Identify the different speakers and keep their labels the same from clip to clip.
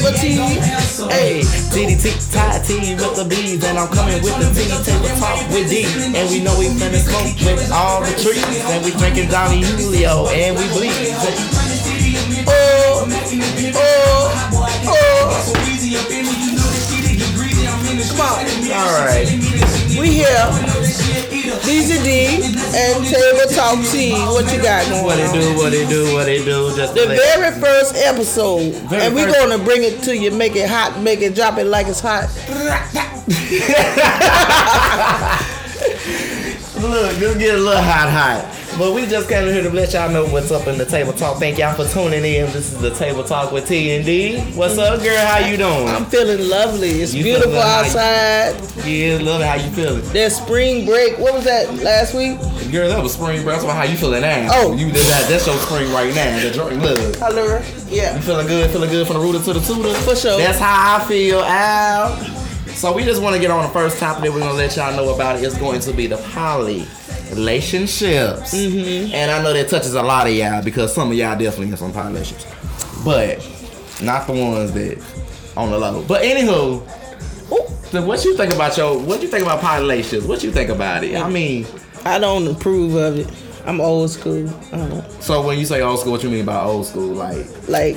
Speaker 1: DDT. Hey, DDT tie team with the bees, and I'm coming with the tea. Table talk with D, and we know we finna smoke with all the trees, and we drinking Johnny Julio, and we bleed. Oh, oh, oh. Come on. All right.
Speaker 2: We here. DJ D and Table Talk T. What you got
Speaker 1: What
Speaker 2: going
Speaker 1: it
Speaker 2: on?
Speaker 1: do? What it do? What it do? Just
Speaker 2: The
Speaker 1: play.
Speaker 2: very first episode,
Speaker 1: Very
Speaker 2: and we're
Speaker 1: first-
Speaker 2: gonna bring it to you, make it hot, make it drop it like it's hot.
Speaker 1: Look, this get a little hot, hot. But we just came here to let y'all know what's up in the table talk. Thank y'all for tuning in. This is the table talk with T and D. What's up, girl? How you doing?
Speaker 2: I'm feeling lovely. It's
Speaker 1: You
Speaker 2: beautiful
Speaker 1: feeling like-
Speaker 2: outside.
Speaker 1: Yeah, love it. How you feeling,
Speaker 2: That spring break, what was that last week?
Speaker 1: girl? That was spring, bro. That's why how you feeling now?
Speaker 2: Oh.
Speaker 1: you did that. That's your spring right now. The drink, look.
Speaker 2: Color, yeah.
Speaker 1: You feeling good? Feeling good from the rooter to the tutor?
Speaker 2: For sure.
Speaker 1: That's how I feel, Al. So we just want to get on the first topic that we're gonna let y'all know about. It's going to be the poly relationships, mm-hmm. and I know that touches a lot of y'all because some of y'all definitely have some poly relationships, but not the ones that on the low. But anywho, so what you think about your? What you think about poly relationships? What you think about it? I mean,
Speaker 2: I don't approve of it. I'm old school. I don't know.
Speaker 1: so when you say old school, what you mean by old school? Like
Speaker 2: Like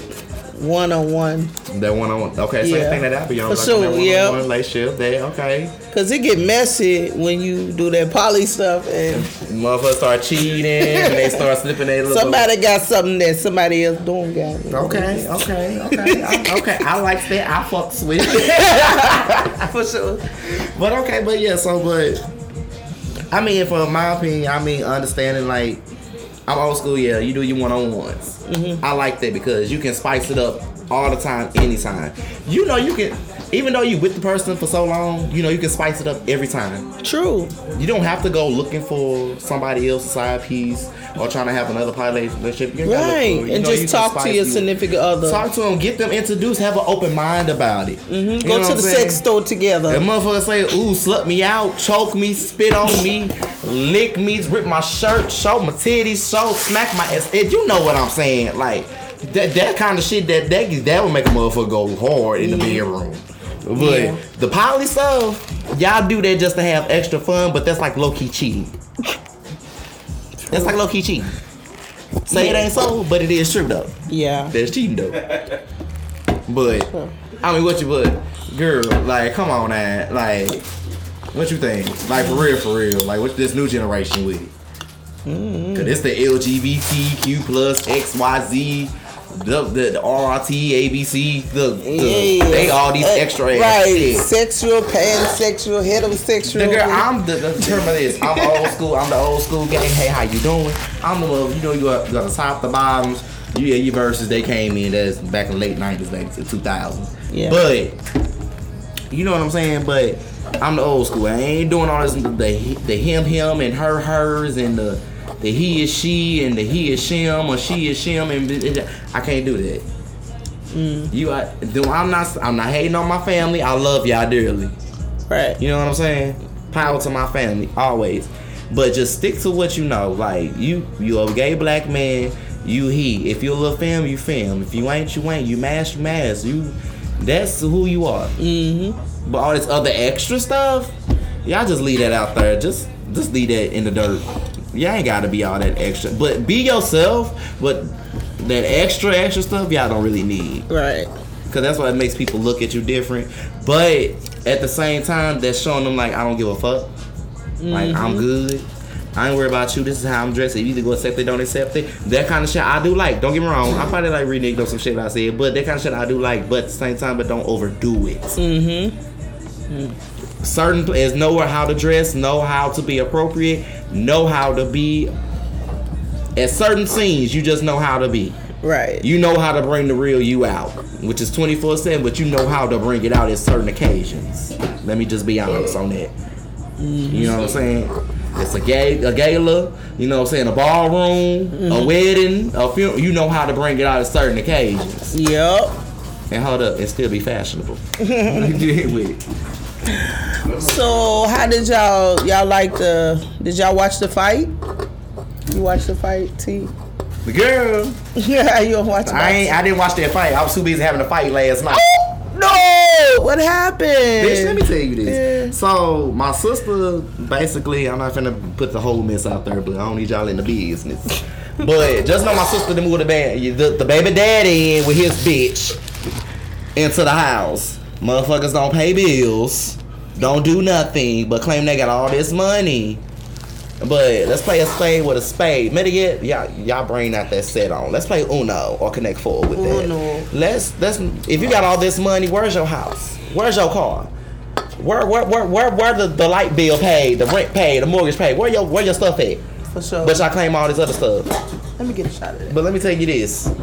Speaker 2: one on one.
Speaker 1: That one on one. Okay, so
Speaker 2: Yeah.
Speaker 1: you think that that be on
Speaker 2: For
Speaker 1: like
Speaker 2: sure,
Speaker 1: that one
Speaker 2: yeah.
Speaker 1: on one relationship there, okay.
Speaker 2: Cause it get messy when you do that poly stuff and
Speaker 1: Motherfuckers start cheating and they start slipping their little
Speaker 2: somebody got something that somebody else doing got.
Speaker 1: Okay, okay, okay, I- okay. I like that. I fucks with it.
Speaker 2: For sure.
Speaker 1: But okay, but yeah, so but I mean for my opinion, I mean understanding like I'm old school, yeah, you do your one on ones.
Speaker 2: Mm-hmm.
Speaker 1: I like that because you can spice it up all the time, anytime. You know you can even though you with the person for so long, you know you can spice it up every time.
Speaker 2: True.
Speaker 1: You don't have to go looking for somebody else's side piece or trying to have another pilot relationship. You ain't gotta look
Speaker 2: Right.
Speaker 1: for it. You
Speaker 2: and
Speaker 1: know you
Speaker 2: just
Speaker 1: can
Speaker 2: talk to
Speaker 1: spice
Speaker 2: your
Speaker 1: you-
Speaker 2: significant other.
Speaker 1: Talk to them, get them introduced, have an open mind about it. Mm-hmm.
Speaker 2: Go to the sex store together.
Speaker 1: The motherfucker say, ooh, slut me out, choke me, spit on me, lick me, rip my shirt, show my titties, show, smack my ass. And you know what I'm saying? Like that that kind of shit that that that would make a motherfucker go hard in the bedroom. But
Speaker 2: Yeah.
Speaker 1: the poly stuff, y'all do that just to have extra fun, but that's like low key cheating. That's like low key cheating. Say it ain't so, but it is true though.
Speaker 2: Yeah.
Speaker 1: That's cheating though. But I mean, what you but girl, like, come on, man, like, what you think? Like for real, for real, like, what's this new generation with it?
Speaker 2: Mm-hmm.
Speaker 1: Cause it's the LGBTQ plus X Y Z. The, the, the RRT, ABC, the, the
Speaker 2: Yeah.
Speaker 1: they all these
Speaker 2: Uh,
Speaker 1: extra ass
Speaker 2: right.
Speaker 1: shit.
Speaker 2: Sexual, pansexual, heterosexual.
Speaker 1: The girl, I'm the, the term of this. I'm old school. I'm the old school gang. Hey, how you doing? I'm the little, you know, you got, you got the top, the bottoms. You, yeah, you verses they came in. That's back in the late '90s, back to 2000.
Speaker 2: Yeah.
Speaker 1: But you know what I'm saying. But I'm the old school. I ain't doing all this the the him him and her hers and the the he is she and the he is shim or she is shim and b- b- I can't do that. You, I, I'm not. I'm not hating on my family. I love y'all dearly.
Speaker 2: right.
Speaker 1: You know what I'm saying? Power to my family always, but just stick to what you know. Like you, you a gay black man. You he. If you're a little femme, you femme. If you ain't, you ain't. You mash, you mash. You. That's who you are. Mm-hmm. But all this other extra stuff, y'all just leave that out there. Just, just leave that in the dirt. Y'all ain't gotta be all that extra. But be yourself. But that extra, extra stuff, y'all don't really need.
Speaker 2: Right.
Speaker 1: Cause that's why it makes people look at you different. But at the same time, that's showing them like I don't give a fuck. Like I'm good. I ain't worried about you. This is how I'm dressed. If you either go accept it, don't accept it. That kind of shit I do like. Don't get me wrong. I probably like reneged on some shit I said, but that kind of shit I do like. But at the same time, but don't overdo it. Mm-hmm. Certain players know how to dress, know how to be appropriate, know how to be. At certain scenes, you just know how to be.
Speaker 2: Right.
Speaker 1: You know how to bring the real you out, which is 24 7, but you know how to bring it out at certain occasions. Let me just be honest on that. You know what I'm saying? It's a gay, a gala. You know what I'm saying? A ballroom, a wedding, a funeral. You know how to bring it out at certain occasions
Speaker 2: yep.
Speaker 1: and hold up and still be fashionable. You did with it.
Speaker 2: So how did y'all y'all like the did y'all watch the fight? You watch the fight, T?
Speaker 1: Girl,
Speaker 2: Yeah, you don't watch the
Speaker 1: I ain't. I didn't watch that fight. I was too busy having a fight last night.
Speaker 2: What happened?
Speaker 1: Bitch, let me tell you this.
Speaker 2: Yeah.
Speaker 1: So my sister, basically, I'm not finna put the whole mess out there, but I don't need y'all in the business. but just know my sister to move the, ba- the the baby daddy in with his bitch into the house. Motherfuckers don't pay bills, don't do nothing, but claim they got all this money. But let's play a spade with a spade. Mitigate, y'all, y'all brain not that set on. Let's play Uno or Connect Four with that.
Speaker 2: Uno.
Speaker 1: Let's let's. If you got all this money, where's your house? Where's your car? Where where where where, where the, the light bill paid, the rent paid, the mortgage paid? Where your where your stuff at?
Speaker 2: For sure.
Speaker 1: But y'all claim all this other stuff.
Speaker 2: let me get a shot of that.
Speaker 1: But let me tell you this: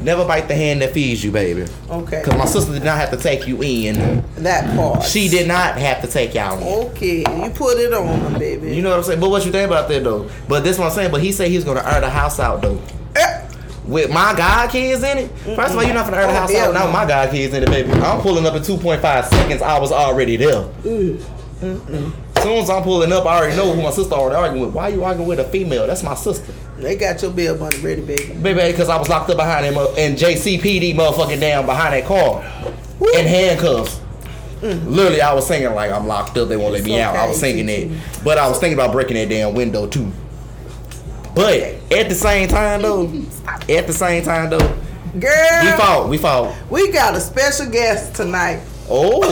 Speaker 1: never bite the hand that feeds you, baby.
Speaker 2: Okay.
Speaker 1: Cause my sister did not have to take you in.
Speaker 2: That part.
Speaker 1: She did not have to take y'all in.
Speaker 2: Okay, you put it on him, baby.
Speaker 1: You know what I'm saying? But what you think about that though? But this what I'm saying. But he said he was gonna earn a house out though.
Speaker 2: Eh,
Speaker 1: With my god kids in it. First of all, you're not gonna earn a
Speaker 2: Oh,
Speaker 1: house
Speaker 2: hell
Speaker 1: out now.
Speaker 2: no.
Speaker 1: My god kids in it, baby. I'm pulling up in 2.5 seconds. I was already there. As soon as I'm pulling up, I already know who my sister already arguing with. Why you arguing with a female? That's my sister,
Speaker 2: they got your bill money ready, baby.
Speaker 1: baby. Because I was locked up behind him uh, and JCPD motherfucking down behind that car in handcuffs. Literally, I was singing like I'm locked up. They won't let me
Speaker 2: Mm. It's
Speaker 1: out. I was
Speaker 2: okay,
Speaker 1: singing
Speaker 2: Gigi.
Speaker 1: it, but I was thinking about breaking that damn window too. But at the same time though, at the same time though, we
Speaker 2: Girl,
Speaker 1: fought. We fought.
Speaker 2: we, got a special guest tonight.
Speaker 1: Oh,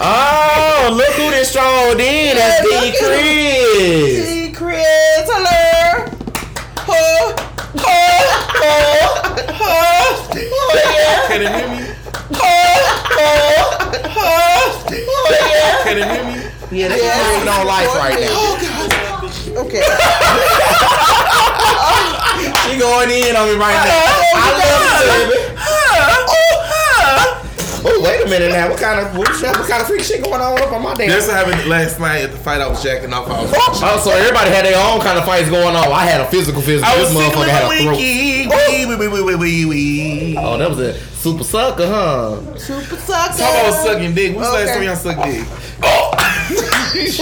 Speaker 1: oh! Look who this stroll did. That's
Speaker 2: Yeah,
Speaker 1: D.
Speaker 2: look at
Speaker 1: Chris.
Speaker 2: She Chris, hello. Huh, huh, huh,
Speaker 3: Can it hear me? Can it hear me?
Speaker 1: Yeah, they
Speaker 2: Yeah.
Speaker 1: improving on life right now.
Speaker 2: huh. Oh, Okay.
Speaker 1: She going in on me right now. I love you, baby. Oh, wait a minute now. What kind of what, what kind of freak shit going on up on my damn?
Speaker 3: This happened last night at the fight. I was jacking off. I was,
Speaker 1: Oh, so everybody had their own kind of fights going on. I had a physical, physical.
Speaker 3: I
Speaker 1: This
Speaker 3: was
Speaker 1: motherfucker had a throat.
Speaker 3: Wee, wee, wee, wee, wee, wee.
Speaker 1: Oh, that was a super sucker, huh?
Speaker 2: Super sucker.
Speaker 3: Talk about sucking dick. When's the last
Speaker 2: Okay.
Speaker 3: time y'all sucked dick?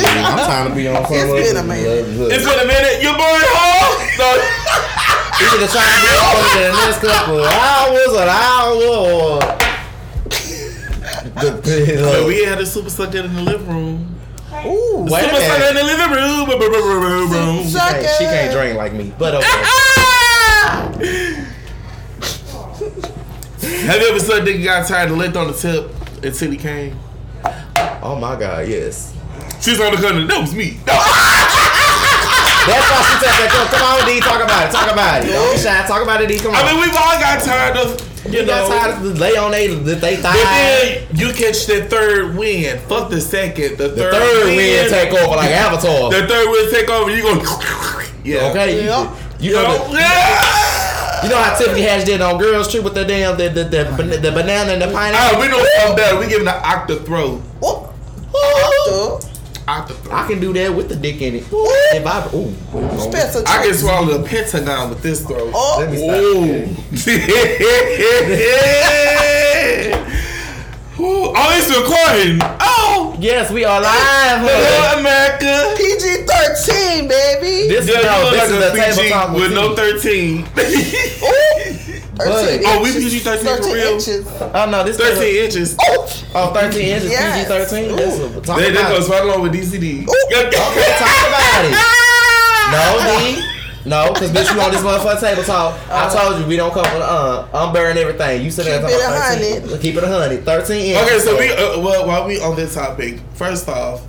Speaker 1: I'm trying to be on some
Speaker 2: It's
Speaker 1: other-
Speaker 2: been a minute.
Speaker 1: Look,
Speaker 3: It's been a minute. Your boy home.
Speaker 1: Either trying to be on for the next couple of hours or an hour. The- the-
Speaker 3: So,
Speaker 1: look,
Speaker 3: we had a super sucker in the living room.
Speaker 2: Ooh,
Speaker 1: Wait a
Speaker 3: super
Speaker 1: minute.
Speaker 3: sucker in the living room. Boom, boom, boom, boom, boom, boom.
Speaker 1: she can't- She can't drink like me, but okay.
Speaker 3: Ah! Have you ever sucked dick and got tired and licked on the tip until he came?
Speaker 1: Oh my God, yes.
Speaker 3: She's on the corner. That was me.
Speaker 1: That's why she said that. Come, come on, D, talk about it. Talk about it. Don't be shy. Talk about it, D. Come on.
Speaker 3: I mean, we've all got tired of, you
Speaker 1: You got
Speaker 3: know.
Speaker 1: tired of lay on they they
Speaker 3: But
Speaker 1: thigh.
Speaker 3: then you catch the third win. Fuck the second. The,
Speaker 1: The third win take over like Avatar.
Speaker 3: The third win take over. You go. Oh. Yeah.
Speaker 1: Okay, you-
Speaker 2: Yep.
Speaker 1: you,
Speaker 3: You
Speaker 1: know
Speaker 3: know?
Speaker 1: the,
Speaker 3: Yeah.
Speaker 1: you know how Tiffany Haddish did on Girls Trip with the damn the the, the, ban- the banana and the
Speaker 3: Ah,
Speaker 1: pineapple.
Speaker 3: we know something better. We giving the octa throat.
Speaker 2: Ooh. Doctor.
Speaker 3: Octa throat.
Speaker 1: I can do that with the dick in it.
Speaker 2: Oh. Ooh.
Speaker 1: If I, ooh,
Speaker 2: Special
Speaker 3: I can swallow a pentagon with this throat.
Speaker 2: Oh.
Speaker 1: Let me stop.
Speaker 3: Ooh. Ooh. Oh, it's recording. Oh.
Speaker 1: Yes, we are live. honey.
Speaker 3: Hello, America.
Speaker 2: PG thirteen, baby.
Speaker 1: This,
Speaker 3: Yeah,
Speaker 1: no,
Speaker 3: you
Speaker 1: this
Speaker 3: look
Speaker 1: is a
Speaker 3: like a
Speaker 1: table talk
Speaker 3: PG
Speaker 1: with
Speaker 3: with no
Speaker 1: no.
Speaker 3: 13.
Speaker 1: Oh,
Speaker 3: we PG-13 for real?
Speaker 2: Inches.
Speaker 1: Oh no, this is a-
Speaker 3: 13 inches.
Speaker 2: Oh,
Speaker 1: oh, 13 inches,
Speaker 2: Yes.
Speaker 1: PG 13. That's
Speaker 2: Ooh.
Speaker 1: a, talk
Speaker 3: They, they
Speaker 1: about
Speaker 3: goes
Speaker 1: it.
Speaker 3: right along with DCD.
Speaker 1: Okay,
Speaker 3: Oh.
Speaker 1: talk about it.
Speaker 2: Ah!
Speaker 1: No, D. No, because bitch, you on this motherfucking table talk. I told you we don't come with uh, I'm bearing everything. You sit there
Speaker 2: Oh. Keep it a
Speaker 1: talking about 13. Keep it a hundred. Thirteen inches.
Speaker 3: Okay, so we uh, well while we on this topic, first off,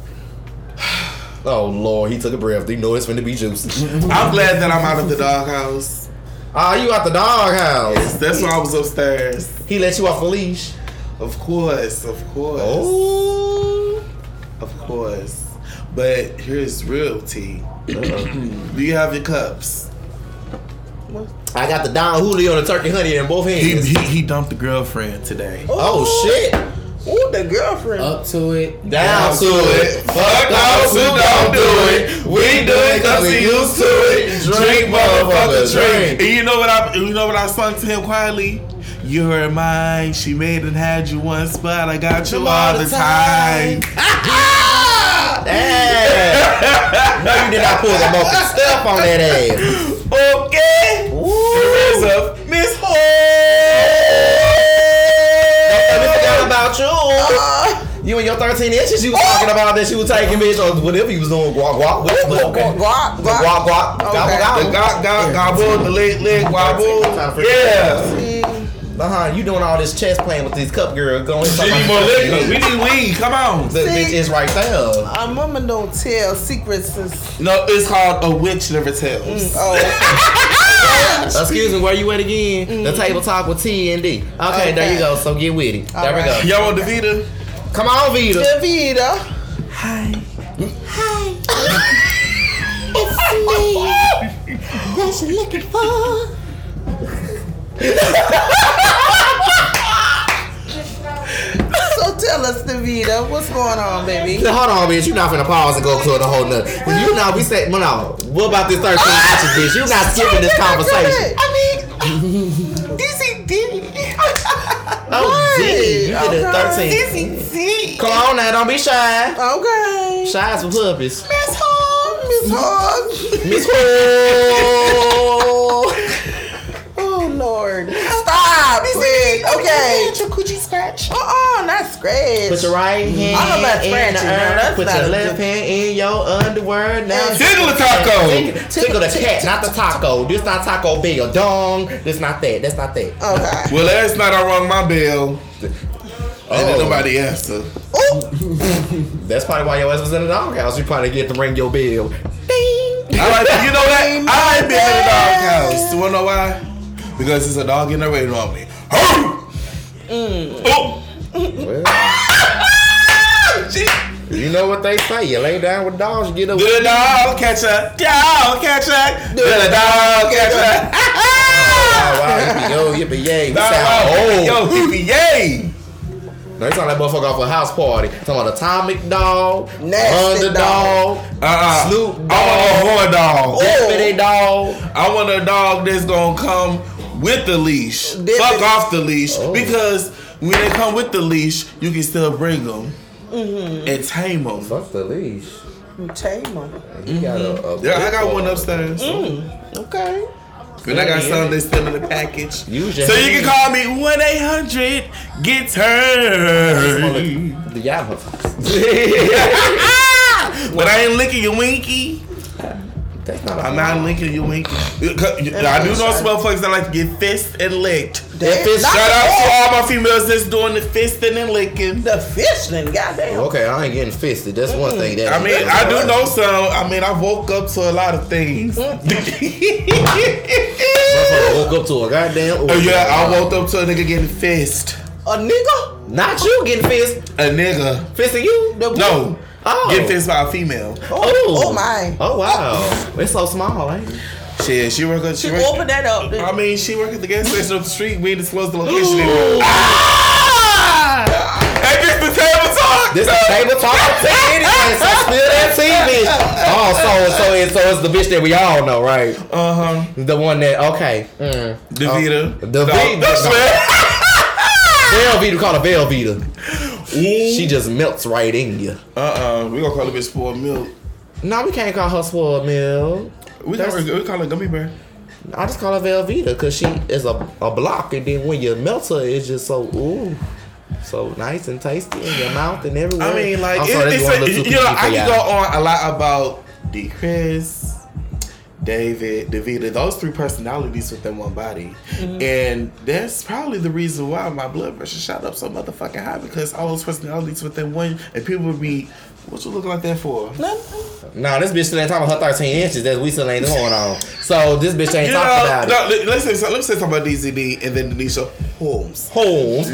Speaker 1: Oh lord, he took a breath. You know it's finna be juicy.
Speaker 3: I'm glad that I'm out of the doghouse.
Speaker 1: Ah, you out the doghouse.
Speaker 3: That's why I was upstairs.
Speaker 1: He let you off the leash.
Speaker 3: Of course, of course,
Speaker 1: Oh.
Speaker 3: of course. But here's real tea. Do you have your cups?
Speaker 1: I got the Don Julio and the turkey honey in both
Speaker 3: He,
Speaker 1: hands.
Speaker 3: he, he dumped the girlfriend today.
Speaker 1: oh shit.
Speaker 2: Ooh, the girlfriend.
Speaker 1: Uh,
Speaker 4: Up to it.
Speaker 1: Down to it. Fuck those who don't do it. We do it cause we used to it. Drink, motherfucker,
Speaker 3: And
Speaker 1: drink.
Speaker 3: you know what I you know what I sung to him quietly? You're mine, she made and had you once, but I got you all the time.
Speaker 1: Damn. no, you did not pull the mocha stuff on that ass.
Speaker 3: Okay. Here's a Miss Ho.
Speaker 1: I forgot about you.
Speaker 2: Ah.
Speaker 1: You and your 13 inches you was talking about that she was taking, bitch, or whatever you was doing, guap guap. whatever.
Speaker 2: Guap, guap,
Speaker 1: The
Speaker 2: guap.
Speaker 1: guap guap.
Speaker 2: Okay.
Speaker 1: Gobble
Speaker 3: The
Speaker 1: gobble.
Speaker 3: gog, gog, gobble, the leg, leg, wobble.
Speaker 4: Time for-
Speaker 3: Yeah.
Speaker 1: Uh huh. You doing all this chess playing with these cup girl. Go ahead.
Speaker 3: We
Speaker 1: talk
Speaker 3: need more
Speaker 1: about-
Speaker 3: liquor. We need weed. Come on.
Speaker 1: The bitch is right there.
Speaker 2: A mama don't tell secrets. Is,
Speaker 3: No, it's called a witch never tells.
Speaker 4: Mm.
Speaker 2: oh,
Speaker 1: Excuse me, where you at again? The table talk with T and D. Okay, there you
Speaker 2: Okay.
Speaker 1: go. So get with it.
Speaker 2: All
Speaker 1: there
Speaker 2: right.
Speaker 1: we go.
Speaker 3: Y'all want Davita?
Speaker 1: Come on, Vita.
Speaker 2: Davida.
Speaker 5: that you're looking for.
Speaker 2: So tell us, Davida, what's going on, baby?
Speaker 1: Now, Hold on, bitch. You not finna pause and go to the whole nother. You not. We said, well, no. What about this 13 inches, bitch? You not skipping this conversation.
Speaker 2: I mean, Dizzy did.
Speaker 1: Oh, Diddy, you did a
Speaker 2: Okay.
Speaker 1: 13.
Speaker 2: Dizzy
Speaker 1: Come on now, don't be shy.
Speaker 2: Okay.
Speaker 1: Shy's for puppies.
Speaker 2: Miss Hog, Miss Hog.
Speaker 1: Miss Hall.
Speaker 2: Oh Lord! Stop! Please. Okay.
Speaker 5: Get your coochie scratch.
Speaker 2: Uh-uh, not scratch.
Speaker 1: Put your right hand
Speaker 2: I'm about to
Speaker 1: in
Speaker 2: scratch
Speaker 1: the
Speaker 2: you, girl.
Speaker 1: earth.
Speaker 2: That's
Speaker 1: Put
Speaker 2: not
Speaker 1: your
Speaker 2: a
Speaker 1: left
Speaker 2: good-
Speaker 1: hand in your underwear now.
Speaker 3: Tickle the taco.
Speaker 1: Tickle, tickle the cat, not the taco. This not Taco Bell. Dong. This not that. That's not that.
Speaker 2: Okay.
Speaker 3: Well, last night I rung my bell. And then
Speaker 1: Oh.
Speaker 3: nobody answered.
Speaker 2: Ooh.
Speaker 1: That's probably why your ass was in the doghouse. You probably get to ring your bell. Ding.
Speaker 3: I like, you know that? I ain't been in the doghouse. You wanna know why? Because it's a dog in the rain on me.
Speaker 4: Mm.
Speaker 3: Oh, shit.
Speaker 1: You know what they say. You lay down with dogs, you get up.
Speaker 3: Do the dog catcher. Dog catcher. Do the dog catcher.
Speaker 1: Wow, wow, yippee, yo, yippee, yay. We sound old.
Speaker 3: Yo, yippee, yay.
Speaker 1: They sound like motherfucker off a house party. Talking about Atomic Dog,
Speaker 2: Nasty
Speaker 1: Underdog,
Speaker 3: Uh-uh.
Speaker 1: Snoop Dogg.
Speaker 3: I want a horn dog.
Speaker 1: Deputy Dog.
Speaker 3: I want a dog that's gonna come with the leash.
Speaker 2: This
Speaker 3: Fuck
Speaker 2: is-
Speaker 3: off the leash Oh. because when they come with the leash, you can still bring them and tame them.
Speaker 1: Fuck the leash.
Speaker 2: Mm, Tamer.
Speaker 1: He got a, a
Speaker 3: Yeah, I got one upstairs,
Speaker 2: Okay.
Speaker 3: and I got some that's still in the package.
Speaker 1: Use your
Speaker 3: So you can
Speaker 1: hand.
Speaker 3: call me one eight hundred get turned.
Speaker 1: The yeah.
Speaker 3: But I ain't licking your winky.
Speaker 1: That's not
Speaker 3: I'm
Speaker 1: a
Speaker 3: not licking your winky. I do know some motherfuckers that like to get fist and licked.
Speaker 1: That fist-
Speaker 2: Not
Speaker 3: Shout out to all my females that's doing the fisting and licking.
Speaker 2: the fishling. Goddamn.
Speaker 1: Okay, I ain't getting fisted. That's one thing. That
Speaker 3: Mm. I mean, I do know some. I mean, I woke up to a lot of things.
Speaker 2: Mm,
Speaker 3: oh
Speaker 1: Motherfucker woke up to a goddamn. orgy.
Speaker 3: yeah, I woke up to a nigga getting fist.
Speaker 2: A nigga.
Speaker 1: Not you getting fist,
Speaker 3: A nigga.
Speaker 1: fisting you.
Speaker 2: The
Speaker 3: No.
Speaker 1: Oh.
Speaker 3: Get fist by a female.
Speaker 2: Oh, oh my.
Speaker 1: Oh wow. It's so small, ain't it?
Speaker 3: Shit, she work at she
Speaker 2: She
Speaker 3: work,
Speaker 2: opened that up.
Speaker 3: I mean, she work at the gas station up the street. We ain't disclosed the location anymore. Hey, this the table talk.
Speaker 1: This is table talk tea anyway, so spill that tea, bitch. Oh, so so it's so it's the bitch that we all know, right?
Speaker 3: Uh huh.
Speaker 1: The one that okay. Mm.
Speaker 3: Davita.
Speaker 1: The Vita. Velveeta called a Velveeta. She just melts right in you.
Speaker 3: Uh uh. We gonna call it bitch for milk.
Speaker 1: No, we can't call her spoiled milk.
Speaker 3: We call, her, we call it gummy bear.
Speaker 1: I just call her Velveeta because she is a, a block, and then when you melt her, it's just so ooh, so nice and tasty in your mouth and everywhere.
Speaker 3: I mean, like,
Speaker 1: I'm
Speaker 3: it-
Speaker 1: sorry,
Speaker 3: it's
Speaker 1: that's
Speaker 3: a,
Speaker 1: going a little too
Speaker 3: you know,
Speaker 1: PG for
Speaker 3: I can
Speaker 1: y'all.
Speaker 3: go on a lot about D. Chris, David, Davita, those three personalities within one body. And that's probably the reason why my blood pressure shot up so motherfucking high because all those personalities within one, and people would be, what you looking like that for?
Speaker 1: Nah, this bitch still ain't talking about her 13 inches. That we still ain't going on. So this bitch ain't
Speaker 3: You
Speaker 1: talking
Speaker 3: know,
Speaker 1: about it.
Speaker 3: no, let, us say, so- let's say something about DZD and then Denisha Holmes.
Speaker 1: Holmes.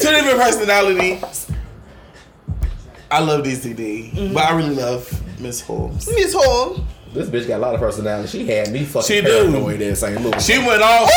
Speaker 3: Two different personalities. I love DZD, but I really love Miss Holmes.
Speaker 2: Miss Hall.
Speaker 1: This bitch got a lot of personality. She had me fucking
Speaker 3: She do.
Speaker 1: paranoid in St. Louis.
Speaker 3: She went off.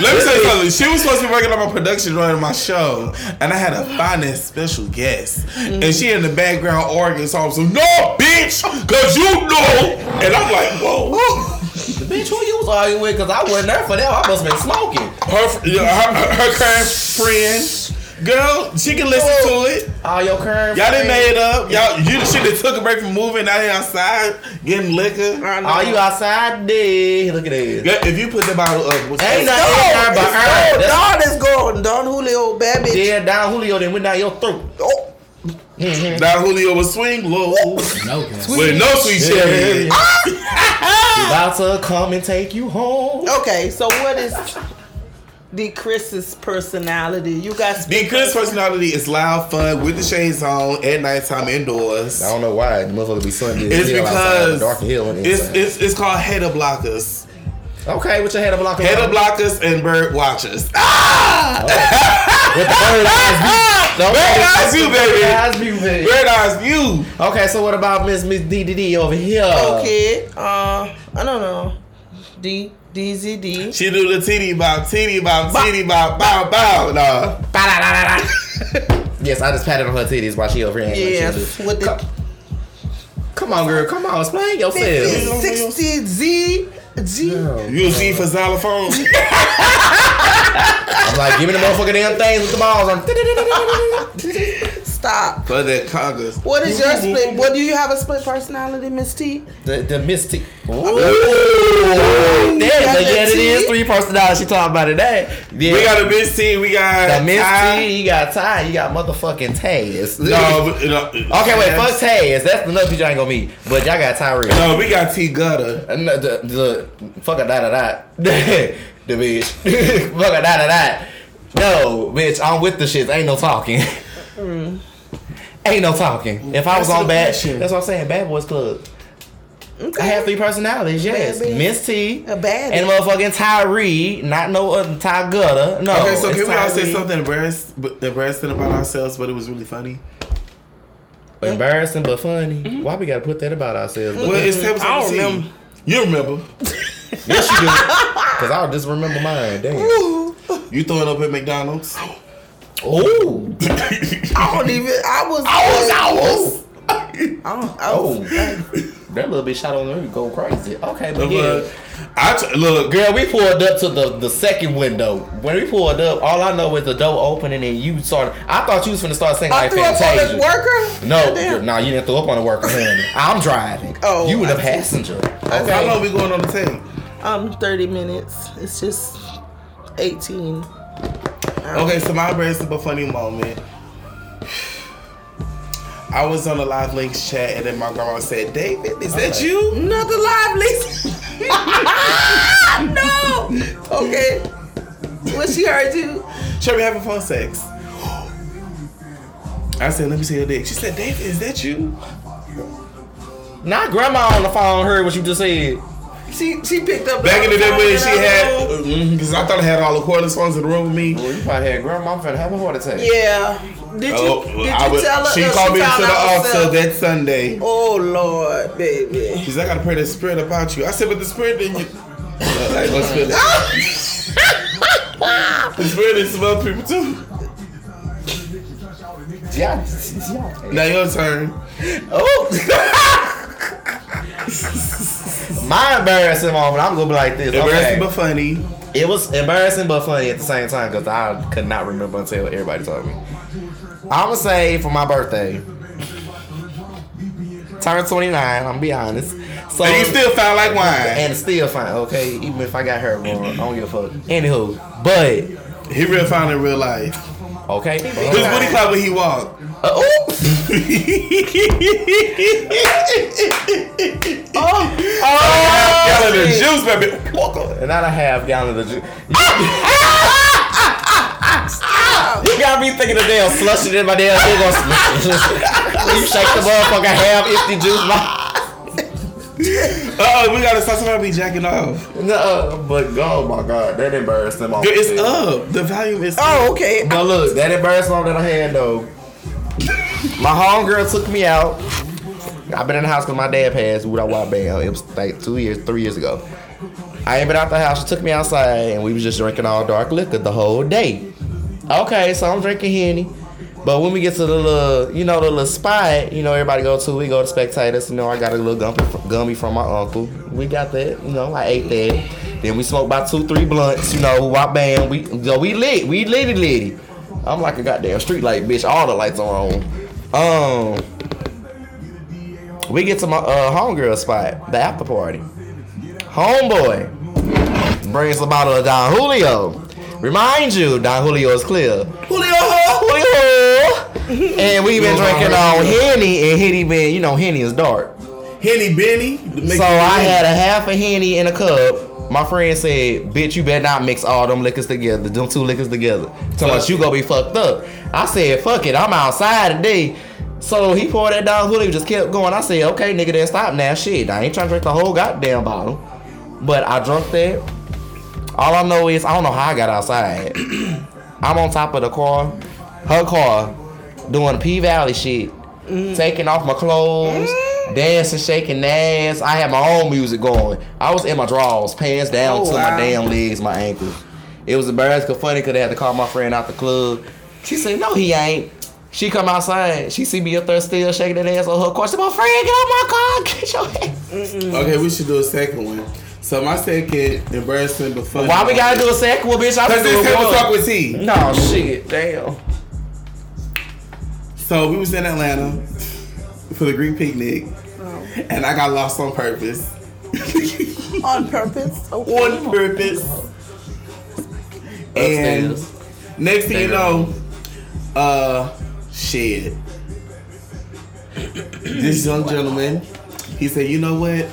Speaker 3: Let me say something. She was supposed to be working on my production during my show, and I had a finance special guest, and she in the background organ song. So no, bitch, cause you know. And I'm like, whoa.
Speaker 1: bitch, who you was arguing with? Cause I wasn't there for that. I must have been smoking.
Speaker 3: Her, yeah, her, her current friend Girl, she can listen to it.
Speaker 1: All your curves.
Speaker 3: Y'all didn't made it up. Y'all, you the shit that took a break from moving out here outside getting liquor.
Speaker 1: All you outside did. Look at this.
Speaker 3: Yeah, if you put the bottle up, what's
Speaker 1: Ain't
Speaker 3: up?
Speaker 1: nothing in there but her. That's-
Speaker 2: Don is gone. Don Julio, bad bitch.
Speaker 1: Yeah, down Julio then went down your throat.
Speaker 2: Oh,
Speaker 3: Now Julio was swing low
Speaker 4: No, girl.
Speaker 3: with no sweet cherry.
Speaker 1: We about to come and take you home.
Speaker 2: okay, so what is the Chris's personality? You guys
Speaker 3: The Chris personality is loud, fun, with the shades on at nighttime indoors.
Speaker 1: I don't know why the motherfucker be sunny.
Speaker 3: It's because
Speaker 1: dark hill and
Speaker 3: it's, it's it's called header blockers,
Speaker 1: okay. With your head up block,
Speaker 3: header blockers, and bird watchers. Ah,
Speaker 1: With the bird eyes, view.
Speaker 3: Bird eyes view, baby.
Speaker 1: Bird eyes view, baby.
Speaker 3: bird eyes view.
Speaker 1: Okay, so what about Miss Miss DDD over here?
Speaker 2: okay? Uh, I don't know. D D Z D.
Speaker 3: She do the titty bop, titty bop, titty bop, bow bow. Nah.
Speaker 1: Ba-da-da-da-da. yes, I just patted on her titties while she over here. acting
Speaker 2: Yeah,
Speaker 1: Like she do.
Speaker 2: with the
Speaker 1: Come on, girl. Come on, explain yourself.
Speaker 2: sixty Z Z.
Speaker 3: You see for xylophone.
Speaker 1: I'm like, give me the motherfucking damn things with the balls on.
Speaker 2: Stop.
Speaker 3: for that congas.
Speaker 2: What is your split? What do you have a split personality, Miss T?
Speaker 1: The, the mystic. Ooh, there's a yeah, it is three personalities. She talking about today. Yeah.
Speaker 3: We got a bitch team. We got
Speaker 1: the Miss
Speaker 3: Ty.
Speaker 1: T. You got Ty. You got motherfucking Taz.
Speaker 3: No, but- no.
Speaker 1: Okay, wait. Fuck Taz. That's another bitch I ain't gonna meet. But y'all got Tyree.
Speaker 3: No, we got T Gutter.
Speaker 1: And the, the, the fuck a da da da the bitch fuck a da da da no bitch I'm with the shits ain't no talking ain't no talking if I was
Speaker 3: Answer
Speaker 1: on
Speaker 3: the
Speaker 1: bad
Speaker 3: question.
Speaker 1: that's what I'm saying bad boys club I have three personalities yes
Speaker 2: Bad bitch.
Speaker 1: Miss T
Speaker 2: A bad
Speaker 1: and motherfucking Tyree not no other Ty Gutter no
Speaker 3: Okay, so
Speaker 2: Oh,
Speaker 1: it's
Speaker 3: can we all say
Speaker 1: Tyree.
Speaker 3: something embarrassed, but embarrassing about ourselves, but it was really funny?
Speaker 1: embarrassing but funny why we gotta put that about ourselves
Speaker 3: Well, it's Tables
Speaker 2: I don't
Speaker 3: on the
Speaker 2: remember.
Speaker 3: Sea. You remember.
Speaker 1: yes you do cause I'll just remember mine damn
Speaker 3: You throwing up at McDonald's.
Speaker 2: Oh.
Speaker 1: ooh
Speaker 2: I don't even. I was.
Speaker 1: was.
Speaker 2: I was.
Speaker 1: Oh, that little bitch shot on the roof go crazy. Okay, but yeah.
Speaker 3: I t- look,
Speaker 1: Girl, we pulled up to the, the second window. When we pulled up, all I know is the door opening and you started. I thought you was finna start singing
Speaker 2: I
Speaker 1: like
Speaker 2: threw up on
Speaker 1: Fantasia.
Speaker 2: this worker.
Speaker 1: no,
Speaker 2: Goddamn.
Speaker 1: no, nah, you didn't throw up on the worker, honey. I'm driving.
Speaker 2: Oh,
Speaker 1: you were the
Speaker 2: I see.
Speaker 1: passenger. Okay.
Speaker 3: how long we going on the tape?
Speaker 2: Um, 30 minutes. It's just 18.
Speaker 3: Okay, so my embarrassing but funny moment. I was on the live links chat, and then my grandma said, "David, is that
Speaker 1: Okay.
Speaker 3: you?"
Speaker 2: Another live Lisa. no. Okay. What she heard you?
Speaker 3: Should we having phone sex? I said, "Let me see your dick." She said, "David, is that you?"
Speaker 1: Not grandma on the phone heard what you just said.
Speaker 2: She she picked up.
Speaker 3: Back in the day when she
Speaker 2: another phone.
Speaker 3: had, because I thought I had all the cordless phones in the room with me.
Speaker 1: Well, you probably had grandma. I'm finna have a heart attack.
Speaker 2: Yeah. Did you?
Speaker 3: Oh,
Speaker 2: did you
Speaker 3: I would-
Speaker 2: tell her?
Speaker 3: she
Speaker 2: or
Speaker 3: called me
Speaker 2: found
Speaker 3: to the
Speaker 2: out
Speaker 3: altar
Speaker 2: herself?
Speaker 3: that Sunday.
Speaker 2: Oh Lord, baby.
Speaker 3: She's like, I gotta pray the spirit about you. I said, but the spirit didn't. You. I ain't gonna spill it. the spirit is some other people too.
Speaker 1: Yeah. yeah.
Speaker 3: Now your turn.
Speaker 1: Oh. My embarrassing moment. I'm gonna be like this.
Speaker 3: Embarrassing
Speaker 1: Okay.
Speaker 3: but funny.
Speaker 1: It was embarrassing but funny at the same time because I could not remember until everybody told me. I'm gonna say for my birthday, turned 29. I'm gonna be honest. So
Speaker 3: And you still found like wine.
Speaker 1: and still fine. Okay, even if I got hurt wrong, I don't give a fuck. Anywho, but
Speaker 3: He real found in real life.
Speaker 1: okay.
Speaker 3: His booty clap when he walked.
Speaker 1: Uh, oops. Oh,
Speaker 3: Y'all
Speaker 2: Oh,
Speaker 3: in the juice, baby. Walk on.
Speaker 1: And not a half gallon of the juice. you got me thinking of damn slushing in my damn big old You shake the motherfucker half empty juice. My,
Speaker 3: Uh, we gotta stop somebody be jacking off.
Speaker 1: no, but oh my god, that embarrassed them all.
Speaker 3: Girl, It's up. The volume is. up.
Speaker 2: Oh okay.
Speaker 1: But look, that embarrassment that I had though. My homegirl took me out. I've been in the house because my dad passed. When I walked bam, it was like two years, three years ago. I ain't been out the house. She took me outside, and we was just drinking all dark liquor the whole day. Okay, so I'm drinking henny. But when we get to the little, you know, the little spot, you know, everybody go to. We go to spectators. You know, I got a little gummy, gummy from my uncle. We got that. You know, I ate that. Then we smoked about two, three blunts. You know, wop bam. We, you know, we lit. We litty litty. I'm like a goddamn streetlight, bitch. All the lights are on. Um, we get to my uh, homegirl spot, the after party. Homeboy brings a bottle of Don Julio. Remind you, Don Julio is clear. Julio, Julio. And we been drinking on Henny, and Henny been, you know, Henny is dark.
Speaker 3: Henny Benny.
Speaker 1: So I had a half a henny in a cup. My friend said, "Bitch, you better not mix all them liquors together, them two liquors together. So much you gonna be fucked up." I said, "Fuck it, I'm outside today." So he poured that down Julio, just kept going. I said, "Okay, nigga, then stop now. Shit, I ain't trying to drink the whole goddamn bottle." But I drunk that. All I know is I don't know how I got outside. I'm on top of the car, her car, doing P Valley shit,
Speaker 2: Mm.
Speaker 1: taking off my clothes, dancing, shaking ass. I had my own music going. I was in my drawers, pants down
Speaker 2: Oh,
Speaker 1: to
Speaker 2: wow.
Speaker 1: my damn legs, my ankles. It was embarrassing, 'cause funny, cause I had to call my friend out the club. She said, "No, he ain't." She come outside. She see me up there still shaking that ass on her car. She said, "My friend, get out my car, get your ass."
Speaker 2: Mm.
Speaker 3: Okay, we should do a second one. So my second embarrassing but funny.
Speaker 1: Why we gotta do a second one, bitch? I
Speaker 3: Cause
Speaker 1: was
Speaker 3: this
Speaker 1: doing
Speaker 3: table
Speaker 1: one.
Speaker 3: talk with T.
Speaker 1: No shit, damn.
Speaker 3: So we was in Atlanta for the Greek picnic, and I got lost on purpose.
Speaker 2: On purpose. Okay.
Speaker 3: on purpose. And
Speaker 1: Upstairs.
Speaker 3: next thing you
Speaker 1: Damn.
Speaker 3: know, uh, shit. this young gentleman, he said, "You know what?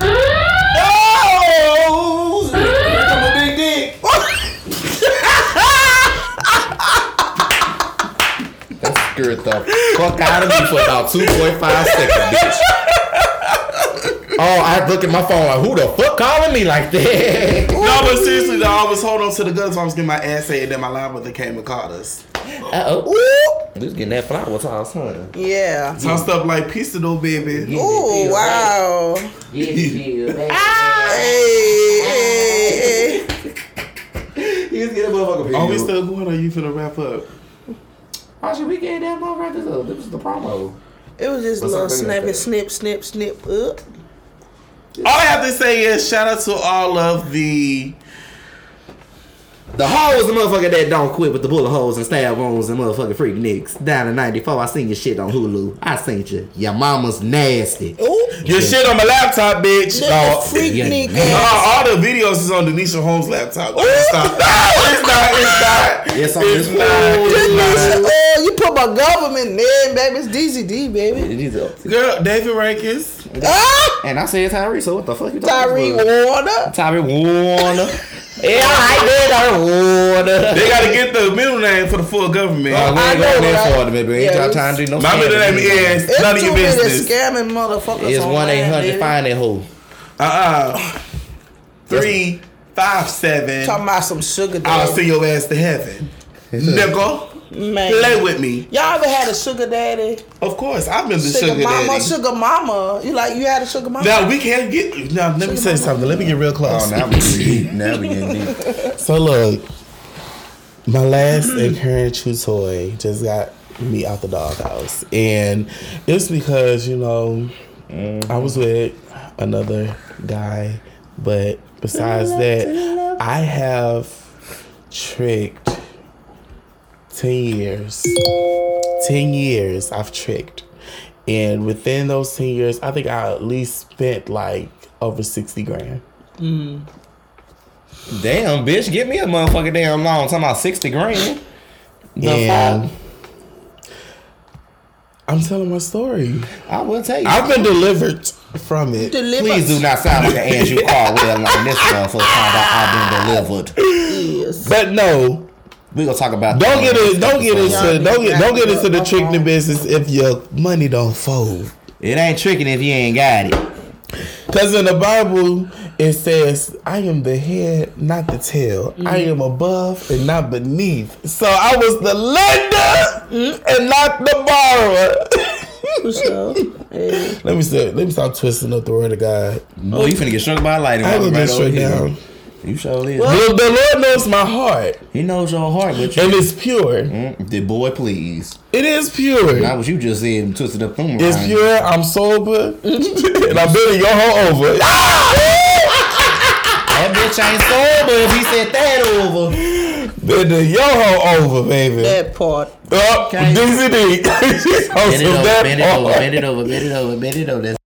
Speaker 1: Oh!
Speaker 3: I'm a big dick."
Speaker 1: That scared the fuck out of me for about 2.5 seconds, bitch. Oh, I had to look at my phone like, who the fuck calling me like that?
Speaker 3: No, but seriously, though, I was holding on to the guns. I was getting my ass ate, and then my linebrother came and caught us.
Speaker 1: Uh-oh. We was getting that flower toss, huh?
Speaker 2: Yeah.
Speaker 3: So I stuff like, "Peace to those baby."
Speaker 2: Oh wow. Hey, hey,
Speaker 1: He was getting motherfucker
Speaker 3: Oh, Are we still going? Or you finna wrap up?
Speaker 1: How should we get that motherfucker? This was the promo.
Speaker 2: It was just a
Speaker 1: What's
Speaker 2: little
Speaker 1: up with
Speaker 2: snap
Speaker 1: that?
Speaker 2: and snip, snip, snip up.
Speaker 3: All I have to say is shout out to all of the
Speaker 1: The hoes, the motherfucker that don't quit with the bullet holes and stab wounds and motherfucking freak niggas. Down in 94, I seen your shit on Hulu. I seen you. Your mama's nasty.
Speaker 2: Oh,
Speaker 3: your shit on my laptop, bitch.
Speaker 2: little freak
Speaker 1: yeah.
Speaker 2: nigga.
Speaker 3: Uh, all the videos is on Denisha Holmes' laptop. It's not. It's not. It's not.
Speaker 1: Yes, I'm
Speaker 3: It's
Speaker 1: just-
Speaker 3: not.
Speaker 2: Goodness, oh, you put my government name, baby. It's DZD, baby.
Speaker 1: It is up.
Speaker 3: Girl, David Rankins.
Speaker 2: Ah,
Speaker 1: And I said Tyree, so what the fuck you
Speaker 2: Tyree
Speaker 1: talking about?
Speaker 2: Warner.
Speaker 1: Tyree Warner. yeah, I like that. Tyree
Speaker 3: They
Speaker 1: Warner.
Speaker 3: gotta get the middle name for the full
Speaker 1: uh,
Speaker 3: government.
Speaker 2: we ain't going there for it,
Speaker 1: baby.
Speaker 2: Ain't y'all trying
Speaker 1: to do no
Speaker 3: My middle name is
Speaker 2: It's
Speaker 3: none of
Speaker 2: too
Speaker 3: your
Speaker 2: many
Speaker 3: business.
Speaker 2: scamming motherfuckers.
Speaker 1: It's
Speaker 2: online,
Speaker 1: 1 800
Speaker 2: baby.
Speaker 1: find that hoe.
Speaker 3: Uh uh. Three, five, seven.
Speaker 2: Talking about some sugar
Speaker 3: I'll
Speaker 2: daddy.
Speaker 3: send your ass to heaven. Nigga,
Speaker 2: Man.
Speaker 3: play with me.
Speaker 2: Y'all ever had a sugar daddy?
Speaker 3: Of course, I've been the
Speaker 2: Sugar,
Speaker 3: sugar,
Speaker 2: mama,
Speaker 3: daddy.
Speaker 2: sugar mama. You like you had a sugar mama?
Speaker 3: Now we can't get. Now let me say something. Let me get real close.
Speaker 1: deep. Now we getting deep.
Speaker 3: So look, my last and current chew toy just got me out the doghouse, and it's because you know I was with another guy, but besides that, I have tricked ten years. Ten years I've tricked, and within those ten years, I think I at least spent like over sixty grand.
Speaker 1: Damn, bitch, give me a motherfucking damn loan. Talking about 60 grand. The
Speaker 3: and I'm telling my story.
Speaker 1: fuck? I will tell you.
Speaker 3: I've been delivered from it.
Speaker 2: Deliver.
Speaker 1: Please do not sound like an Andrew Caldwell on this motherfucker. I've been delivered.
Speaker 2: Yes.
Speaker 3: but no,
Speaker 1: We gonna talk about
Speaker 3: don't get it. Don't get into
Speaker 2: Y'all
Speaker 3: don't get don't get
Speaker 2: need
Speaker 3: into the
Speaker 2: that
Speaker 3: tricking
Speaker 2: alcohol.
Speaker 3: business if your money don't fold.
Speaker 1: It ain't tricking if you ain't got it.
Speaker 3: Cause in the Bible it says, "I am the head, not the tail. I am above and not beneath." So I was the lender and not the borrower.
Speaker 2: For sure. Hey.
Speaker 3: let me stop, let me stop twisting up the word of God.
Speaker 1: Oh, you finna get struck by lightning.
Speaker 3: I will
Speaker 1: walking
Speaker 3: get
Speaker 1: over
Speaker 3: straight
Speaker 1: here.
Speaker 3: down.
Speaker 1: You sure is.
Speaker 3: The, the Lord knows my heart,
Speaker 1: He knows your heart, but you.
Speaker 3: and it's pure.
Speaker 1: Mm, the boy, please.
Speaker 3: It is pure.
Speaker 1: Not what you just said and twisted up them
Speaker 3: It's
Speaker 1: around.
Speaker 3: pure. I'm sober, and I'm building your hoe over. Ah!
Speaker 1: That bitch ain't sober if he said that over.
Speaker 3: Bend the yo ho over, baby.
Speaker 2: That part.
Speaker 3: Up,
Speaker 1: Okay.
Speaker 3: DCD. She's on
Speaker 1: Bend it
Speaker 3: some
Speaker 1: over,
Speaker 3: bad
Speaker 1: bend it
Speaker 3: part.
Speaker 1: over, bend it over, bend it over, bend it over. That's